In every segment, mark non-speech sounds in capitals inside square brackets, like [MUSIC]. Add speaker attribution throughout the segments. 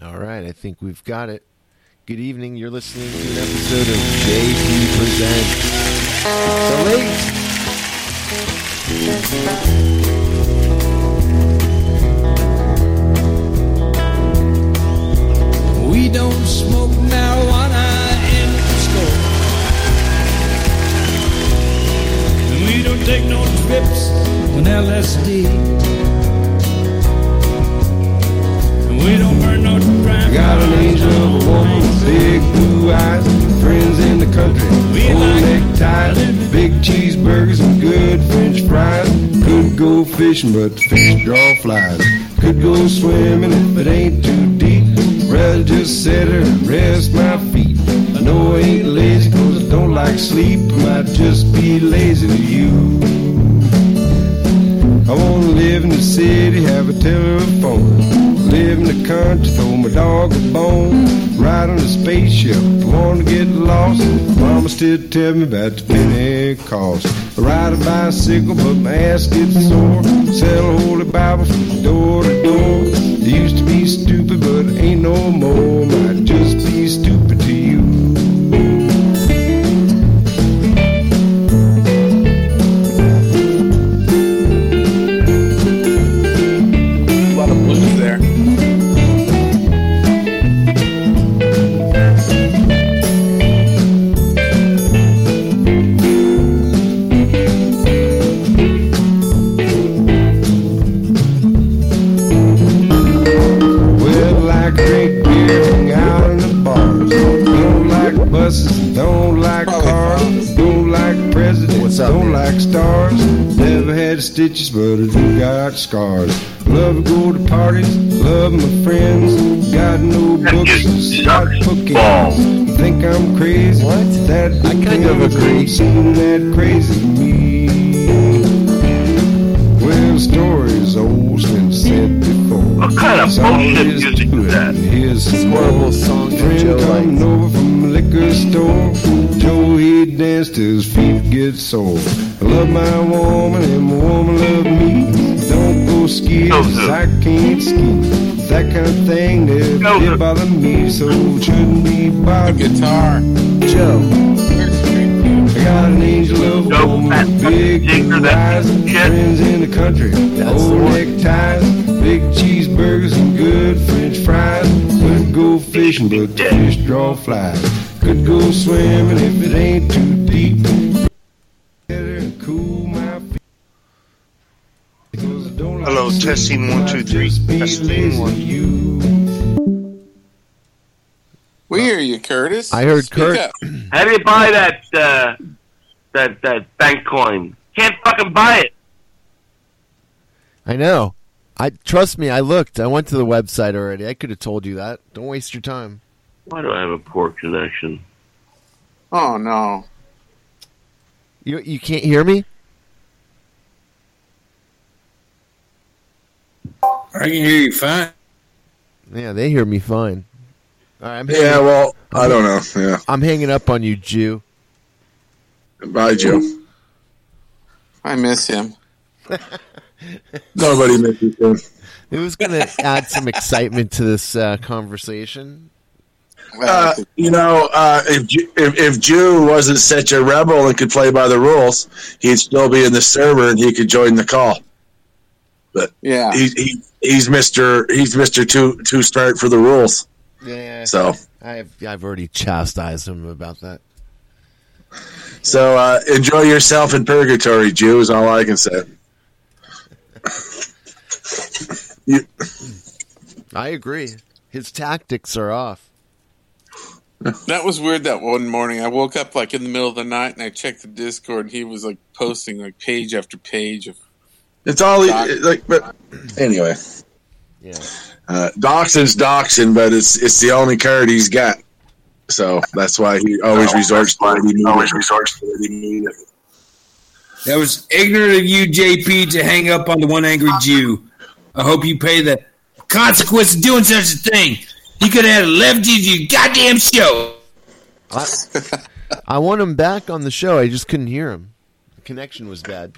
Speaker 1: I think we've got it. Good evening. You're listening to an episode of JP Presents. So, ladies,
Speaker 2: We don't smoke marijuana in the store. And we don't take no trips on LSD. And we don't burn no crime.
Speaker 3: Got an angel woman, big blue eyes, friends in the country,
Speaker 2: We
Speaker 3: old
Speaker 2: like-
Speaker 3: neckties, big cheeseburgers and good French fries. Could go fishing, but the fish draw flies. Could go swimming if it ain't too deep. Rather just sit here and rest my feet. I know I ain't lazy 'cause I don't like sleep. I might just be lazy to you. I wanna live in the city, have a telephone. Live in the country, throw my dog a bone. Ride on a spaceship, wanna get lost. Mama still tell me about the Pentecost. I ride a bicycle, but my ass gets sore. Sell a holy Bible from door to door. I used to be stupid, but I ain't no more. Might just be stupid to you.
Speaker 4: A lot of blues there.
Speaker 3: Well, like drink beer, hang out in the bars. Don't like buses, don't like cars, don't like presidents,
Speaker 1: What's up, man?
Speaker 3: don't like stars. Never had stitches, but I do got scars. Love to go to parties, love my friends. Got no books,
Speaker 5: just
Speaker 3: got
Speaker 5: sucks
Speaker 3: bookends.
Speaker 5: balls.
Speaker 3: Think I'm crazy?
Speaker 1: What?
Speaker 3: That
Speaker 1: I kind of
Speaker 3: depends.
Speaker 1: agree.
Speaker 3: Don't seem that crazy to me. Well, stories old and said before.
Speaker 5: What kind of
Speaker 3: Song
Speaker 5: bullshit
Speaker 3: is
Speaker 5: music
Speaker 3: good.
Speaker 5: is that?
Speaker 3: Here's a
Speaker 1: horrible song that
Speaker 3: friend
Speaker 1: Joe
Speaker 3: coming
Speaker 1: likes.
Speaker 3: over from the liquor store. Joe he danced till his feet get sore. I love my woman and my woman love me. Don't go skiing
Speaker 5: Go
Speaker 3: 'cause
Speaker 5: to.
Speaker 3: I can't ski. That kind of thing that
Speaker 5: Go
Speaker 3: did
Speaker 5: to.
Speaker 3: bother me, so it shouldn't be bothered.
Speaker 4: Guitar.
Speaker 1: Joe,
Speaker 3: I got an angel of a
Speaker 5: Go back.
Speaker 3: woman, big
Speaker 5: Take her
Speaker 3: blue
Speaker 5: that
Speaker 3: eyes,
Speaker 5: shit.
Speaker 3: friends in the country,
Speaker 1: That's the
Speaker 3: old
Speaker 1: one.
Speaker 3: neckties, big cheeseburgers and good French fries. Could go fishing, but the fish draw flies. Could go swimming if it ain't too deep. Better and cool my feet. Because I don't like
Speaker 4: Hello,
Speaker 3: to sleep,
Speaker 4: testing one,
Speaker 3: might
Speaker 4: two, three.
Speaker 3: just be
Speaker 4: Testing
Speaker 3: lazy
Speaker 4: one.
Speaker 3: to you.
Speaker 4: We hear you, Curtis.
Speaker 1: I heard
Speaker 4: Speak
Speaker 1: Kurt.
Speaker 4: Up.
Speaker 5: How do you buy that uh, that that bank coin? Can't fucking buy it.
Speaker 1: I know. I trust me. I looked. I went to the website already. I could have told you that. Don't waste your time.
Speaker 5: Why do I have a poor connection?
Speaker 4: Oh no.
Speaker 1: You you can't hear me.
Speaker 6: I can hear you fine.
Speaker 1: Yeah, they hear me fine. All right, I'm hanging,
Speaker 6: Yeah, well, I don't know. Yeah.
Speaker 1: I'm hanging up on you, Jew.
Speaker 6: Bye, Joe.
Speaker 4: I miss him.
Speaker 6: Nobody made you fine.
Speaker 1: It was going to add some excitement to this uh, conversation.
Speaker 4: Well,
Speaker 6: Uh, you know, uh, if, Ju- if if Jew wasn't such a rebel and could play by the rules, he'd still be in the server and he could join the call.
Speaker 4: yeah.
Speaker 6: He, he he's Mister he's Mister Two Two Start for the rules.
Speaker 1: Yeah.
Speaker 6: So
Speaker 1: I've I've already chastised him about that.
Speaker 6: so uh, enjoy yourself in purgatory, Jew. Is all I can say.
Speaker 1: I agree. His tactics are off.
Speaker 4: That was weird that one morning. I woke up like in the middle of the night and I checked the Discord and he was like posting like page after page of
Speaker 6: It's all
Speaker 4: Doc-
Speaker 6: like, but anyway,
Speaker 1: Yeah.
Speaker 6: uh, Doxin's Doxin, but it's it's the only card he's got. So that's why he always resorts to it immediately. Always resorts to it immediately.
Speaker 7: That was ignorant of you, JP, to hang up on the one angry Jew. I hope you pay the consequence of doing such a thing. He could have left you your goddamn show.
Speaker 1: I, I want him back on the show. I just couldn't hear him. The connection was bad.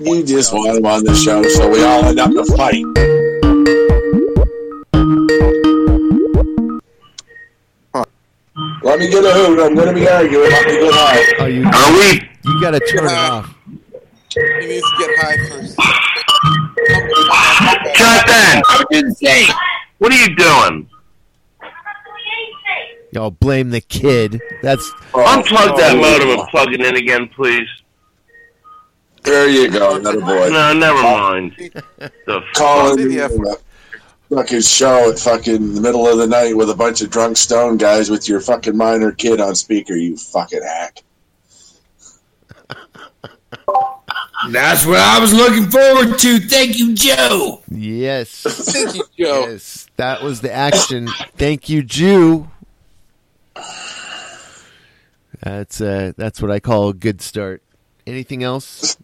Speaker 6: We just want him on the show, so we all end up in a fight. Let me get a hoot. I'm going to be arguing. Let me get high.
Speaker 1: Oh, you
Speaker 5: Are we?
Speaker 1: you got to turn it off.
Speaker 4: He needs to get high
Speaker 6: [LAUGHS]
Speaker 4: first.
Speaker 5: Jonathan,
Speaker 7: I didn't say.
Speaker 5: what are you doing?
Speaker 1: Y'all blame the kid. That's
Speaker 5: Unplug that modem and plug it in again, please.
Speaker 6: Oh, There you go. Another boy.
Speaker 5: No, never mind. The f-
Speaker 6: Calling
Speaker 4: the
Speaker 6: the
Speaker 4: F word.
Speaker 6: fucking show at fucking the middle of the night with a bunch of drunk stone guys with your fucking minor kid on speaker. You fucking hack.
Speaker 7: That's what I was looking forward to. Thank you, Joe.
Speaker 1: yes,
Speaker 4: Thank you, Joe.
Speaker 1: yes. That was the action. Thank you, Jew. That's uh, that's what I call a good start. Anything else?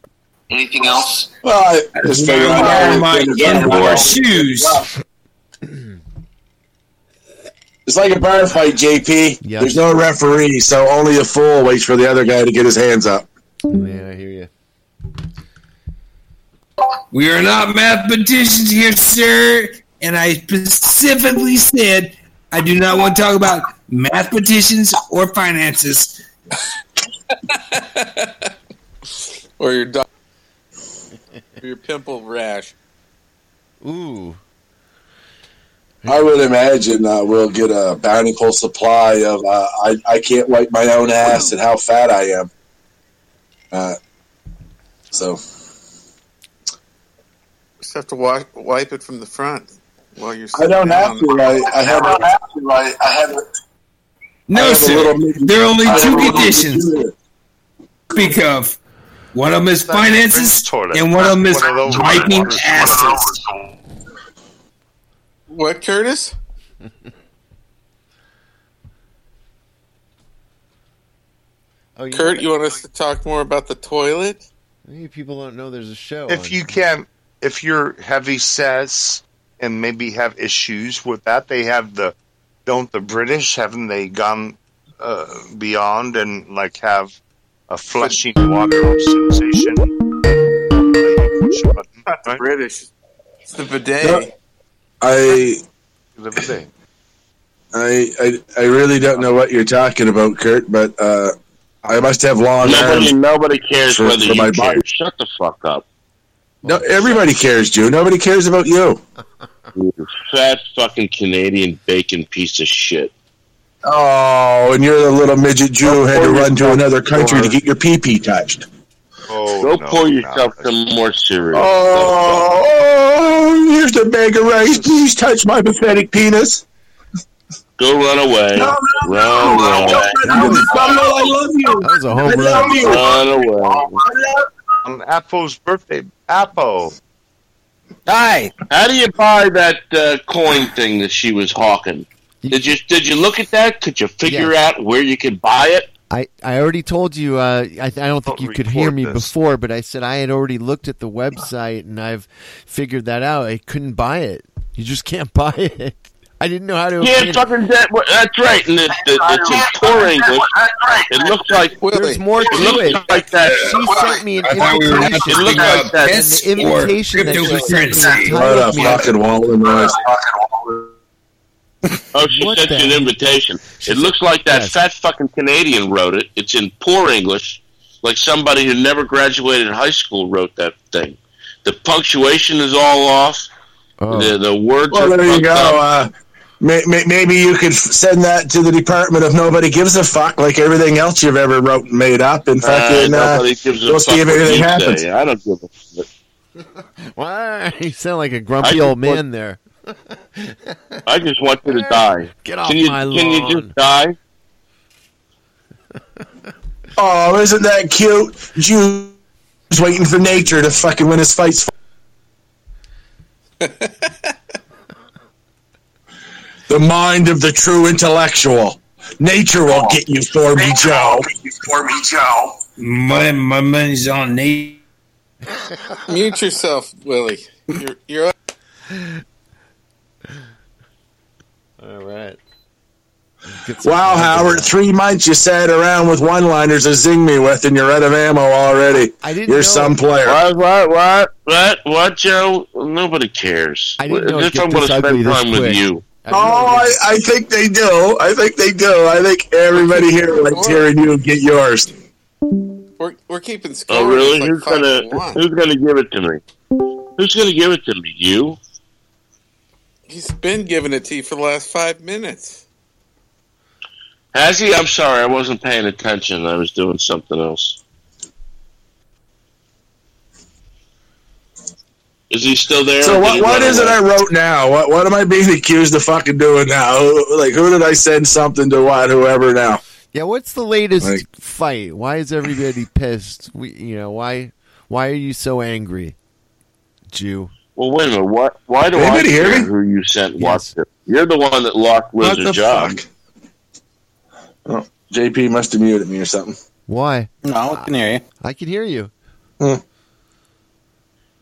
Speaker 5: Anything else?
Speaker 6: Well, I just figured out how
Speaker 7: Wear
Speaker 6: it
Speaker 7: my
Speaker 6: did it.
Speaker 7: indoor shoes.
Speaker 6: It's like a bar fight, JP.
Speaker 1: Yeah.
Speaker 6: There's no referee, so only a fool waits for the other guy to get his hands up.
Speaker 1: Yeah, I hear you.
Speaker 7: We are not mathematicians here, sir. And I specifically said I do not want to talk about mathematicians or finances.
Speaker 4: Or your dog. or your pimple rash.
Speaker 1: Ooh,
Speaker 6: I would imagine uh, we'll get a bountiful supply of uh, I, I can't wipe my own ass and how fat I am. Uh, so
Speaker 4: Just have to wipe, wipe it from the front while you're.
Speaker 6: I don't
Speaker 4: sitting down.
Speaker 6: have to. Um, I, I have. I I have. I
Speaker 7: No,
Speaker 6: have a
Speaker 7: sir.
Speaker 6: little-
Speaker 7: There are only
Speaker 6: I have a
Speaker 7: two
Speaker 6: little-
Speaker 7: conditions to speak of. One of them is finances, and one of them is wiping asses.
Speaker 4: What, Curtis?
Speaker 1: oh, you
Speaker 4: Kurt, you want us to talk more about the toilet?
Speaker 1: Maybe people don't know there's a show.
Speaker 8: if
Speaker 1: on.
Speaker 8: you can if you're heavy sets and maybe have issues with that they have the don't the british haven't they gone uh, beyond and like have a flushing water sensation Push a button, right?
Speaker 4: British. It's the bidet.
Speaker 6: No. I,
Speaker 8: The other day.
Speaker 6: I I I really don't know what you're talking about, Kurt. But uh, I must have long
Speaker 5: Nobody,
Speaker 6: arms.
Speaker 5: nobody cares
Speaker 6: For-
Speaker 5: whether
Speaker 6: for my
Speaker 5: you
Speaker 6: body.
Speaker 5: care. Shut the fuck up.
Speaker 6: No, everybody cares, Jew. Nobody cares about you.
Speaker 5: You fat fucking Canadian bacon piece of shit.
Speaker 6: Oh, and you're the little midget Jew who had to run to another country to get your pee pee touched.
Speaker 8: Oh,
Speaker 5: Go
Speaker 8: no,
Speaker 5: pour
Speaker 8: no.
Speaker 5: yourself some more cereal.
Speaker 6: Oh, oh, here's the bag of rice. Please touch my pathetic penis.
Speaker 5: Go run away.
Speaker 6: No, no,
Speaker 5: Run away.
Speaker 6: I love you.
Speaker 1: that was a
Speaker 6: I
Speaker 1: home
Speaker 6: love
Speaker 1: run.
Speaker 6: you.
Speaker 5: Run away.
Speaker 8: on Apple's birthday. Apple.
Speaker 7: Hi.
Speaker 5: How do you buy that uh, coin thing that she was hawking? Did you did you look at that? Could you figure out where you could buy it?
Speaker 1: I, I already told you. Uh, I, I don't think
Speaker 8: Don't
Speaker 1: you could hear
Speaker 8: record
Speaker 1: me
Speaker 8: this.
Speaker 1: before, but I said I had already looked at the website and I've figured that out. I couldn't buy it. You just can't [LAUGHS] buy it. I didn't know how to.
Speaker 5: Yeah,
Speaker 1: obtain it.
Speaker 5: fucking that. That's right. And it, it, it's in poor English. It looks like it
Speaker 4: Willie,
Speaker 1: There's more to it.
Speaker 5: looks like
Speaker 1: She
Speaker 5: that.
Speaker 1: sent me an
Speaker 7: I thought we were
Speaker 1: invitation.
Speaker 5: It
Speaker 7: asking
Speaker 5: looked like
Speaker 7: about
Speaker 5: that.
Speaker 1: and the
Speaker 7: piss or
Speaker 1: invitation that she sent me
Speaker 7: cryptocurrency.
Speaker 1: entitled
Speaker 6: What a
Speaker 1: me-
Speaker 6: fucking wall of noise.
Speaker 5: Oh, she
Speaker 1: What
Speaker 5: sent
Speaker 1: the-
Speaker 5: you an invitation.
Speaker 1: She
Speaker 5: It looks like that
Speaker 1: Yes.
Speaker 5: fat fucking Canadian wrote it. It's in poor English, like somebody who never graduated high school wrote that thing. The punctuation is all off.
Speaker 1: Oh,
Speaker 5: The the words
Speaker 6: Well,
Speaker 5: are
Speaker 6: there you
Speaker 5: fucked
Speaker 6: go.
Speaker 5: up.
Speaker 6: Uh, may, may, maybe you could f- send that to the Department of Nobody Gives a Fuck, like everything else you've ever wrote and made up. And
Speaker 5: Uh,
Speaker 6: fucking, uh,
Speaker 5: nobody gives a
Speaker 6: we'll
Speaker 5: fuck
Speaker 6: see if
Speaker 5: what
Speaker 6: anything
Speaker 5: you
Speaker 6: happens.
Speaker 5: say. I don't give a fuck.
Speaker 1: [LAUGHS] why? You sound like a
Speaker 5: I
Speaker 1: grumpy
Speaker 5: just
Speaker 1: old
Speaker 5: want-
Speaker 1: man there.
Speaker 5: I just want you to die.
Speaker 1: Eh, Get off
Speaker 5: Can you,
Speaker 1: my
Speaker 5: can you
Speaker 1: lawn.
Speaker 5: just die?
Speaker 6: oh, isn't that cute? Jew's waiting for nature to fucking win his [LAUGHS] fights. the mind of the true intellectual. Nature will get you, Stormy Joe.
Speaker 7: My, my money's on Nate.
Speaker 4: mute yourself, Willie. You're, you're up.
Speaker 1: All right.
Speaker 6: Wow, Howard, three months you sat around with one liners to zing me with, and you're out of ammo already.
Speaker 1: I didn't
Speaker 6: You're
Speaker 1: know-
Speaker 6: some player.
Speaker 5: What, what, what, what, what, Joe? Nobody cares.
Speaker 1: I didn't know
Speaker 5: If
Speaker 1: it'd get
Speaker 5: I'm gonna
Speaker 1: this ugly
Speaker 5: spend
Speaker 1: this
Speaker 5: time with
Speaker 1: quick.
Speaker 5: you.
Speaker 6: Oh, I, I think they do. I think they do. I think everybody here likes hearing you get yours.
Speaker 4: We're, we're keeping score.
Speaker 5: Oh, really?
Speaker 4: It's
Speaker 5: who's
Speaker 4: like
Speaker 5: gonna
Speaker 4: five to one.
Speaker 5: Who's gonna give it to me? Who's gonna give it to me? You?
Speaker 4: He's been giving it to you for the last five minutes.
Speaker 5: Has he? I'm sorry, I wasn't paying attention. I was doing something else. Is he still there?
Speaker 6: So
Speaker 5: Did
Speaker 6: what?
Speaker 5: he
Speaker 6: What
Speaker 5: run
Speaker 6: is it
Speaker 5: away?
Speaker 6: I wrote now? What? What am I being accused of fucking doing now? Who- Like, who did I send something to? What? Whoever now?
Speaker 1: Yeah, what's the latest
Speaker 6: Like-
Speaker 1: fight? Why is everybody pissed? We, you know, why why are you so angry, Jew?
Speaker 5: Well, wait a minute. What? Why do
Speaker 6: Anybody
Speaker 5: I
Speaker 6: hear
Speaker 5: care
Speaker 6: me?
Speaker 5: who you sent
Speaker 1: Yes.
Speaker 5: what to? You're the one that locked
Speaker 6: What the
Speaker 5: Lizard job.
Speaker 6: fuck? Oh, JP must have muted me or something.
Speaker 1: Why?
Speaker 9: No, I can hear you.
Speaker 1: I can hear you.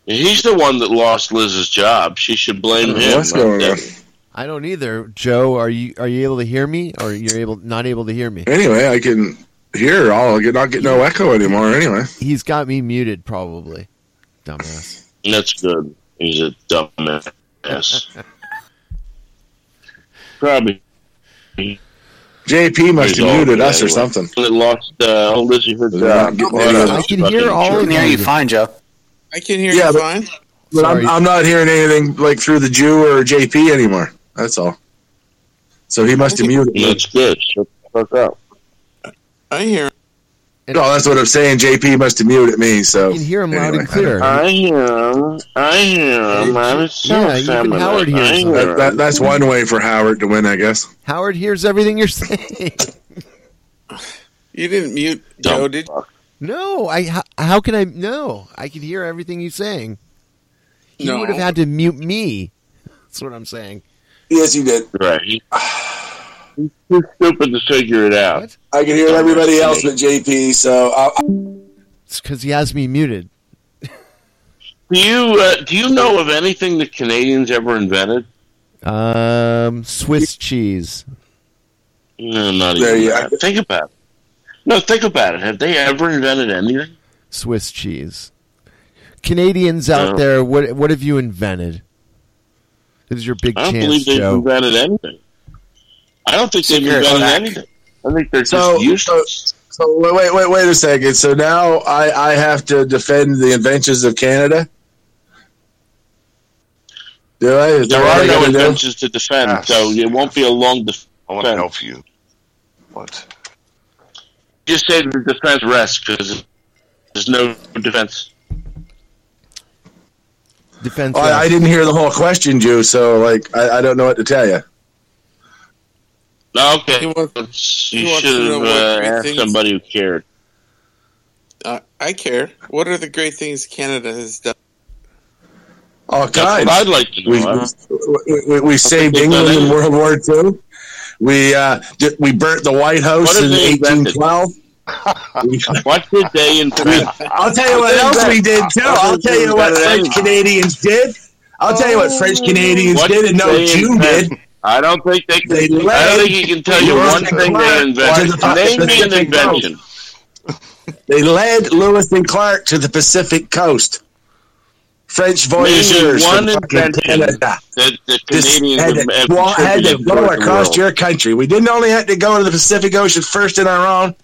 Speaker 5: He's the one that lost Liz's job. She should blame him.
Speaker 6: What's going
Speaker 5: not
Speaker 6: on?
Speaker 5: that-
Speaker 1: I don't either. Joe, are you are you able to hear me or you're able not able to hear me?
Speaker 6: Anyway, I can hear all. I can not get no echo anymore. Anyway,
Speaker 1: He's got me muted probably. Dumbass.
Speaker 5: That's good. He's a
Speaker 6: [LAUGHS]
Speaker 5: dumbass. Probably
Speaker 6: JP must
Speaker 5: He's
Speaker 6: have
Speaker 5: all
Speaker 6: muted
Speaker 5: good
Speaker 6: us or
Speaker 5: anyway.
Speaker 6: something.
Speaker 5: that lost uh, Lizzie her
Speaker 6: They're
Speaker 5: job.
Speaker 6: not getting
Speaker 5: What
Speaker 6: any
Speaker 5: a
Speaker 6: of
Speaker 1: Oh, I can
Speaker 5: fucking
Speaker 1: hear all
Speaker 5: jerk.
Speaker 9: I
Speaker 1: of
Speaker 9: can hear you
Speaker 1: you.
Speaker 9: fine, Joe.
Speaker 4: I can hear
Speaker 6: Yeah,
Speaker 4: you
Speaker 6: but-
Speaker 4: fine.
Speaker 6: But
Speaker 1: Sorry.
Speaker 6: I'm, I'm not hearing anything like through the Jew or JP anymore. That's all. So he must have muted me.
Speaker 5: That's good. Shut the fuck up.
Speaker 4: I hear.
Speaker 6: No, Oh, that's what I'm saying. JP must have muted me. So
Speaker 1: I can hear him loud
Speaker 6: Anyway,
Speaker 1: and clear.
Speaker 5: I hear him. I hear him. I'm so
Speaker 1: Uh-huh. Yeah, even
Speaker 5: feminine.
Speaker 1: Howard hears
Speaker 5: I
Speaker 1: him.
Speaker 5: hear
Speaker 6: that, that, that's one way for Howard to win, I guess.
Speaker 1: Howard hears everything you're [LAUGHS] saying.
Speaker 4: You didn't mute
Speaker 5: Dumb
Speaker 4: Joe, did you?
Speaker 5: Oh, fuck.
Speaker 1: No, I how, how can I no? I can hear everything he's saying. He
Speaker 4: No.
Speaker 1: would have had to mute me. That's what I'm saying.
Speaker 6: Yes, you did. [SIGHS]
Speaker 5: Right. He, he's too stupid to figure it out.
Speaker 1: What?
Speaker 6: I can hear everybody else but JP. So I,
Speaker 1: It's because he has me muted.
Speaker 5: Do you uh, do you know of anything that Canadians ever invented?
Speaker 1: Um, Swiss cheese.
Speaker 5: No, not
Speaker 6: There
Speaker 5: even.
Speaker 6: you
Speaker 5: that.
Speaker 6: are.
Speaker 5: Think about it. No, think about it. Have they ever invented anything?
Speaker 1: Swiss cheese. Canadians out
Speaker 5: No.
Speaker 1: there, what what have you invented? This is your big
Speaker 5: I don't
Speaker 1: chance,
Speaker 5: believe they've
Speaker 1: Joe.
Speaker 5: invented anything. I don't think they've
Speaker 9: Cigarette
Speaker 5: invented
Speaker 9: pack.
Speaker 5: anything. I think they're
Speaker 6: So-
Speaker 5: just useless.
Speaker 6: so wait, wait, wait, wait a second. So now I, I have to defend the inventions of Canada. Do I? Is that
Speaker 5: there
Speaker 6: what
Speaker 5: are
Speaker 6: I
Speaker 5: no
Speaker 6: gotta do? Ah.
Speaker 5: inventions to defend,
Speaker 8: Yes.
Speaker 5: so it won't be a long defense.
Speaker 8: I want to help you. What?
Speaker 5: Just say the defense rests because there's no defense.
Speaker 1: Defense.
Speaker 6: Well, Oh, I, I didn't hear the whole question, Jew. So like, I, I don't know what to tell you.
Speaker 5: Okay,
Speaker 4: He wants-
Speaker 5: you
Speaker 4: he wants to
Speaker 5: should
Speaker 4: know
Speaker 5: have
Speaker 4: what
Speaker 5: uh,
Speaker 4: great
Speaker 5: asked
Speaker 4: things-
Speaker 5: somebody who cared.
Speaker 4: Uh, I care. What are the great things Canada has done?
Speaker 6: All
Speaker 5: That's
Speaker 6: kinds.
Speaker 5: what I'd like to know.
Speaker 6: Oh, We,
Speaker 5: I don't-
Speaker 6: we, we, we saved England in World War II. We uh, di- we burnt the White House
Speaker 5: What have
Speaker 6: in
Speaker 5: they invented?
Speaker 6: 1812.
Speaker 5: [LAUGHS]
Speaker 6: We-
Speaker 5: What did they invent?
Speaker 6: I'll tell you what else we did too. I'll tell you what French Canadians did. I'll tell you what French
Speaker 5: Oh.
Speaker 6: Canadians
Speaker 5: What
Speaker 6: did and no
Speaker 5: they
Speaker 6: Jew
Speaker 5: invent?
Speaker 6: did.
Speaker 5: I don't think they can.
Speaker 6: They
Speaker 5: I
Speaker 6: led
Speaker 5: don't think you can tell you
Speaker 6: Lewis
Speaker 5: one
Speaker 6: and
Speaker 5: thing
Speaker 6: Clark
Speaker 5: they invented.
Speaker 6: to the
Speaker 5: Name me an
Speaker 6: Pacific
Speaker 5: invention.
Speaker 6: They led Lewis and Clark to the Pacific coast. French voyageurs
Speaker 5: Name
Speaker 6: from
Speaker 5: me one
Speaker 6: fucking
Speaker 5: invention
Speaker 6: Canada.
Speaker 5: that the
Speaker 6: This
Speaker 5: Canadians
Speaker 6: had
Speaker 5: have-
Speaker 6: to,
Speaker 5: have
Speaker 6: well, had to
Speaker 5: contributed
Speaker 6: go
Speaker 5: toward the
Speaker 6: across
Speaker 5: world.
Speaker 6: your country. We didn't only have to go to the Pacific Ocean first in our own.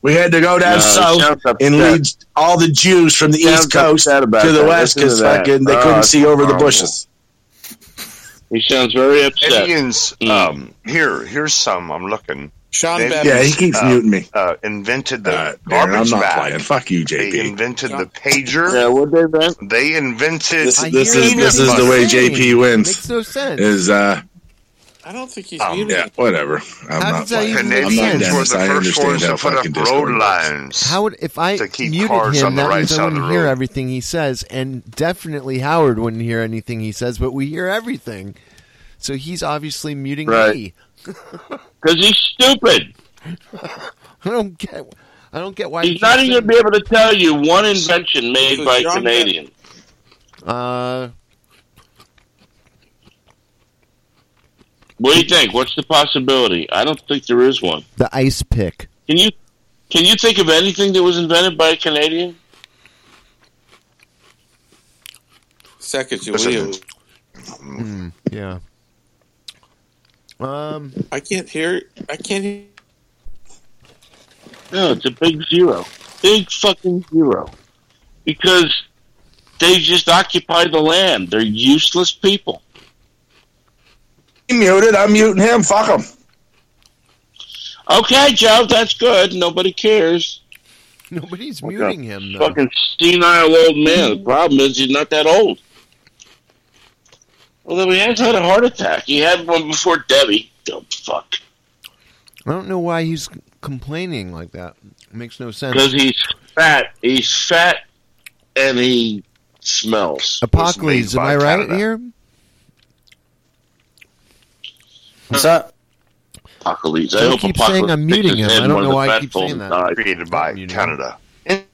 Speaker 6: We had to go
Speaker 5: No,
Speaker 6: down
Speaker 5: it
Speaker 6: south
Speaker 5: sounds upset.
Speaker 6: and lead all the Jews from the
Speaker 5: Sounds
Speaker 6: East Coast to
Speaker 5: upset
Speaker 6: the
Speaker 5: about that.
Speaker 6: West
Speaker 5: Listen to
Speaker 6: because
Speaker 5: that.
Speaker 6: fucking they
Speaker 5: Oh,
Speaker 6: couldn't
Speaker 5: it's
Speaker 6: see over the
Speaker 5: horrible.
Speaker 6: bushes.
Speaker 5: He sounds very upset.
Speaker 8: Indians.
Speaker 5: Mm.
Speaker 8: Um, here, here's some. I'm looking.
Speaker 4: Sean
Speaker 8: They-
Speaker 4: Bevins.
Speaker 6: Yeah, he keeps
Speaker 5: Oh.
Speaker 8: Uh,
Speaker 6: muting me.
Speaker 8: Uh, invented the
Speaker 6: Uh, Darren,
Speaker 8: garbage
Speaker 6: I'm not
Speaker 8: bag.
Speaker 6: playing. Fuck you,
Speaker 8: They
Speaker 6: JP.
Speaker 8: invented the pager.
Speaker 5: Yeah, what they invent?
Speaker 8: They invented.
Speaker 6: This,
Speaker 1: I
Speaker 6: this
Speaker 1: hear
Speaker 6: is this is the
Speaker 1: everything
Speaker 6: way
Speaker 1: you're saying.
Speaker 6: JP wins.
Speaker 1: Makes no sense.
Speaker 6: Is uh
Speaker 4: I don't think he's
Speaker 8: Um,
Speaker 4: muted.
Speaker 6: yeah whatever. I'm
Speaker 1: How
Speaker 6: not
Speaker 1: does that
Speaker 6: playing.
Speaker 1: even make
Speaker 6: I'm not
Speaker 1: sense?
Speaker 8: Canadians were
Speaker 6: Dennis.
Speaker 8: the
Speaker 6: I
Speaker 8: first
Speaker 6: understand
Speaker 8: ones to
Speaker 6: how
Speaker 8: put up
Speaker 6: fucking
Speaker 8: road
Speaker 6: Discord works.
Speaker 8: lines.
Speaker 1: How would if I
Speaker 8: To keep
Speaker 1: muted
Speaker 8: cars
Speaker 1: him?
Speaker 8: on the
Speaker 1: That
Speaker 8: right
Speaker 1: means I
Speaker 8: side of the
Speaker 1: wouldn't hear
Speaker 8: road.
Speaker 1: everything he says, and definitely Howard wouldn't hear anything he says. But we hear everything, so he's obviously muting
Speaker 5: Right.
Speaker 1: me.
Speaker 5: Because he's stupid.
Speaker 1: [LAUGHS] I don't get. I don't get why
Speaker 5: He's not even going to be able to tell you one invention made
Speaker 4: Because
Speaker 5: by
Speaker 4: John
Speaker 5: Canadians.
Speaker 1: Uh,
Speaker 5: What do you think? What's the possibility? I don't think there is one.
Speaker 1: the ice pick.
Speaker 5: Can you can you think of anything that was invented by a Canadian?
Speaker 4: Second, you
Speaker 8: Listen. Mm.
Speaker 4: will.
Speaker 1: Yeah. Hmm, Um,
Speaker 4: I can't hear. it. I can't. Hear.
Speaker 5: No, it's a big zero. Big fucking zero. Because they just occupy the land. They're useless people.
Speaker 6: He muted. I'm muting him. Fuck him.
Speaker 5: Okay, Joe, that's good. Nobody cares.
Speaker 1: Nobody's muting him. Though.
Speaker 5: Fucking senile old man. The problem is he's not that old. Although he has had a heart attack. He had one before Debbie. Dumb fuck.
Speaker 1: I don't know why he's complaining like that. makes no sense.
Speaker 5: Because he's fat. He's fat and he smells.
Speaker 1: Apocalypse, am I right here?
Speaker 7: What's up?
Speaker 5: Apocalypse. I
Speaker 1: Don't
Speaker 5: hope
Speaker 1: keep
Speaker 5: Apocalypse
Speaker 1: saying I'm
Speaker 5: picks
Speaker 1: muting
Speaker 5: his
Speaker 1: him.
Speaker 5: head
Speaker 1: I don't
Speaker 5: one of
Speaker 1: know
Speaker 5: the
Speaker 1: why I
Speaker 5: fat
Speaker 1: keep
Speaker 5: folks
Speaker 1: saying that.
Speaker 5: died.
Speaker 8: created by
Speaker 1: You know.
Speaker 8: Canada. It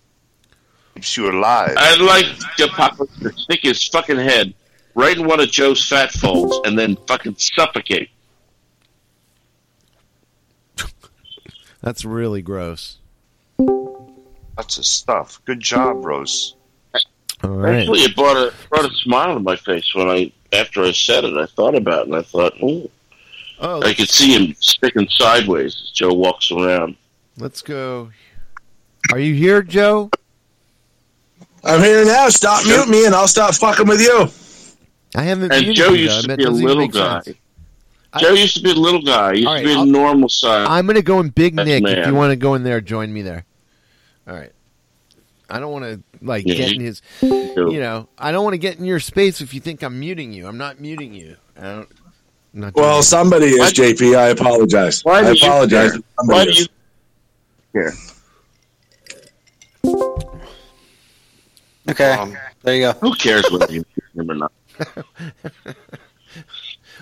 Speaker 8: keeps you alive.
Speaker 5: I'd like Apocalypse to stick his fucking head right in one of Joe's fat folds and then fucking suffocate.
Speaker 1: That's really gross.
Speaker 8: Lots of stuff. Good job, Rose.
Speaker 1: All right.
Speaker 5: Actually, it brought a brought a smile to my face when I after I said it. I thought about it and I thought, oh,
Speaker 1: Oh,
Speaker 5: I could see him sticking sideways as Joe walks around.
Speaker 1: let's go. Are you here, Joe?
Speaker 6: I'm here now. Stop muting me, and I'll stop fucking with you.
Speaker 1: I haven't.
Speaker 5: And
Speaker 1: muted
Speaker 5: Joe
Speaker 1: you,
Speaker 5: used
Speaker 1: though.
Speaker 5: to
Speaker 1: That
Speaker 5: be a
Speaker 1: doesn't even
Speaker 5: little
Speaker 1: make
Speaker 5: guy.
Speaker 1: sense. I-
Speaker 5: Joe used to be a little guy. He used
Speaker 1: All
Speaker 5: to
Speaker 1: right,
Speaker 5: be a
Speaker 1: I'll-
Speaker 5: normal size.
Speaker 1: I'm gonna go in Big
Speaker 5: That's
Speaker 1: Nick. If
Speaker 5: Uh, man.
Speaker 1: you want to go in there, join me there. All right. I don't want to like
Speaker 5: Yeah,
Speaker 1: get
Speaker 5: you-
Speaker 1: in his.
Speaker 5: Joe.
Speaker 1: You know, I don't want to get in your space if you think I'm muting you. I'm not muting you. I don't. I'm not doing
Speaker 6: Well,
Speaker 1: that.
Speaker 6: somebody is
Speaker 5: Why-
Speaker 6: JP. I apologize.
Speaker 5: Why
Speaker 6: I
Speaker 5: do you
Speaker 6: apologize.
Speaker 5: care?
Speaker 6: Somebody
Speaker 5: Why do
Speaker 6: is.
Speaker 5: you
Speaker 7: Okay.
Speaker 8: Um,
Speaker 7: there you go.
Speaker 5: Who cares whether you hear him or not?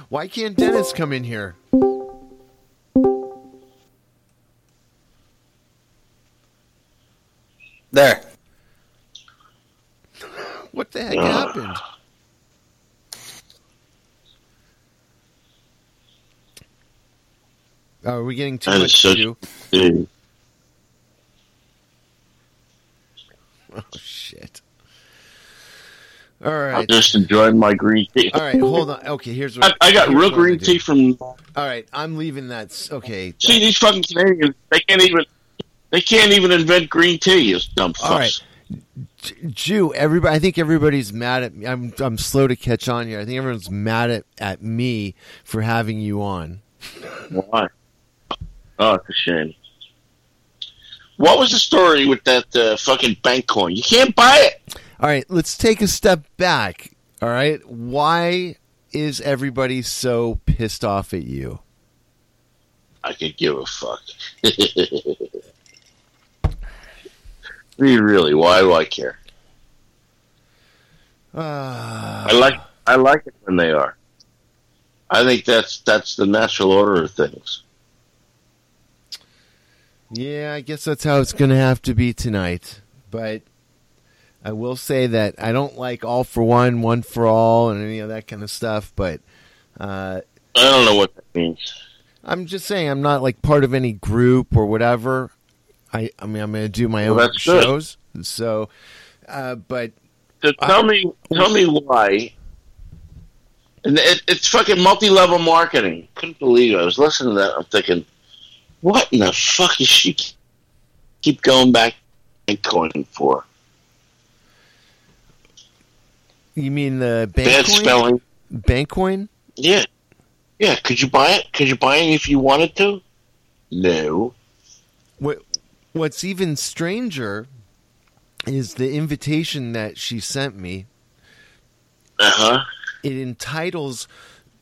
Speaker 1: Why can't Dennis come in here?
Speaker 7: There.
Speaker 1: What the heck happened? Oh, Are we getting too
Speaker 5: That is
Speaker 1: much
Speaker 5: such-
Speaker 1: view?
Speaker 5: Dude,
Speaker 1: Oh shit! All right,
Speaker 5: I'm just enjoying my green tea.
Speaker 1: all right. Hold on. Okay, here's
Speaker 5: I,
Speaker 1: what
Speaker 5: I got
Speaker 1: here's
Speaker 5: real
Speaker 1: what I'm
Speaker 5: green
Speaker 1: gonna
Speaker 5: tea
Speaker 1: do.
Speaker 5: from.
Speaker 1: All right, I'm leaving that. s- Okay.
Speaker 5: See these fucking Canadians. They can't even. They can't even invent green tea. You dumb fucks.
Speaker 1: All right. J- Jew, everybody. I think everybody's mad at me. I'm I'm slow to catch on here. I think everyone's mad at, at me for having you on.
Speaker 5: Why? Oh, it's a shame. What was the story with that uh, fucking bank coin? You can't buy it.
Speaker 1: All right, let's take a step back. All right, why is everybody so pissed off at you?
Speaker 5: I could give a fuck. [LAUGHS] I mean, really? Why do I care?
Speaker 1: Uh,
Speaker 5: I like. I like it when they are. I think that's that's the natural order of things.
Speaker 1: yeah, I guess that's how it's going to have to be tonight. But I will say that I don't like all for one, one for all, and any of that kind of stuff. But uh,
Speaker 5: I don't know what that means.
Speaker 1: I'm just saying I'm not like part of any group or whatever. I I mean I'm going to do my
Speaker 5: Well,
Speaker 1: own
Speaker 5: that's good.
Speaker 1: shows. So, uh, but
Speaker 5: So tell me, tell me why. And it, it's fucking multi-level marketing. Couldn't believe it. I was listening to that. I'm thinking, what in the fuck is she keep going back and coining for?
Speaker 1: you mean the
Speaker 5: Bad
Speaker 1: Bankcoin?
Speaker 5: spelling.
Speaker 1: Bankcoin?
Speaker 5: Yeah, yeah. Could you buy it? Could you buy it if you wanted to? No.
Speaker 1: What What's even stranger is the invitation that she sent me.
Speaker 5: Uh huh.
Speaker 1: It entitles,